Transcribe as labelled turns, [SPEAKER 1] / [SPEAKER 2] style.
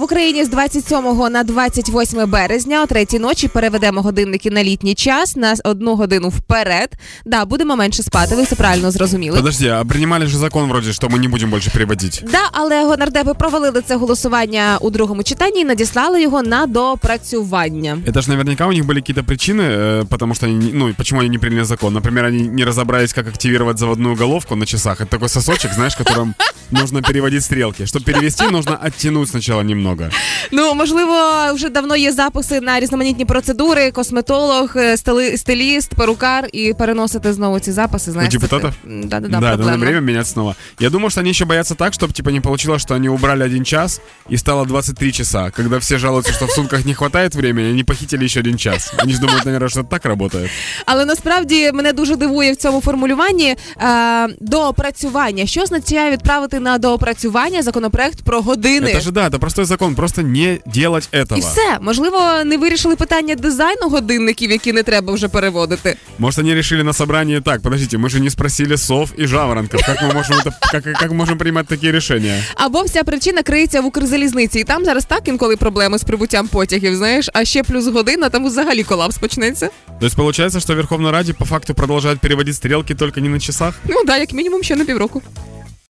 [SPEAKER 1] в Україні з 27 на 28 березня о третій ночі переведемо годинники на літній час на одну годину вперед. Да, будемо менше спати. Ви все правильно зрозуміли.
[SPEAKER 2] Подожди, а принимали же закон вроде, что мы не будем больше переводить.
[SPEAKER 1] Да, але нардепи провалили це голосування у другому читанні і надіслали його на допрацювання.
[SPEAKER 2] Это же наверняка у них были какие-то причины, э, потому что, они, не- ну, и почему они не приняли закон. Например, они не разобрались, как активировать заводную головку на часах. Это такой сосочек, знаешь, которым нужно переводить стрелки. Чтобы перевести, нужно оттянуть сначала немного.
[SPEAKER 1] Ну можливо, вже давно є записи на різноманітні процедури, косметолог, е, стили- стиліст, перукар і переносити знову ці записи. Знаєш,
[SPEAKER 2] депутатів?
[SPEAKER 1] да, Ну да,
[SPEAKER 2] Да,
[SPEAKER 1] да,
[SPEAKER 2] да, на
[SPEAKER 1] проблема.
[SPEAKER 2] время менять снова. Я думал, что они еще боятся так, чтобы, типа, не получилось, что они убрали один час и стало 23 часа. Когда все жалуются, что в сумках не хватает времени, они похитили еще один час. Они же думают, наверное, что это так работает.
[SPEAKER 1] Але насправді мене дуже дивує в цьому формулюванні е, доопрацювання. Що означає відправити на доопрацювання законопроект про години?
[SPEAKER 2] Это же, да, это простой закон. Просто не делать этого.
[SPEAKER 1] І все можливо не вирішили питання дизайну годинників, які не треба вже переводити.
[SPEAKER 2] Может, они решили на собрании так, подождите, мы же не спросили сов и жаворонков. Как мы можем, это, как, как можем принимать такие решения?
[SPEAKER 1] Або вся причина криється в Укрзалізниці, і там зараз так інколи проблеми з прибуттям потягів. Знаєш, а ще плюс година, там взагалі колапс почнеться.
[SPEAKER 2] То есть получается, что в Верховной Раде по факту продолжают переводить стрелки только не на часах?
[SPEAKER 1] Ну да, як мінімум, ще на півроку.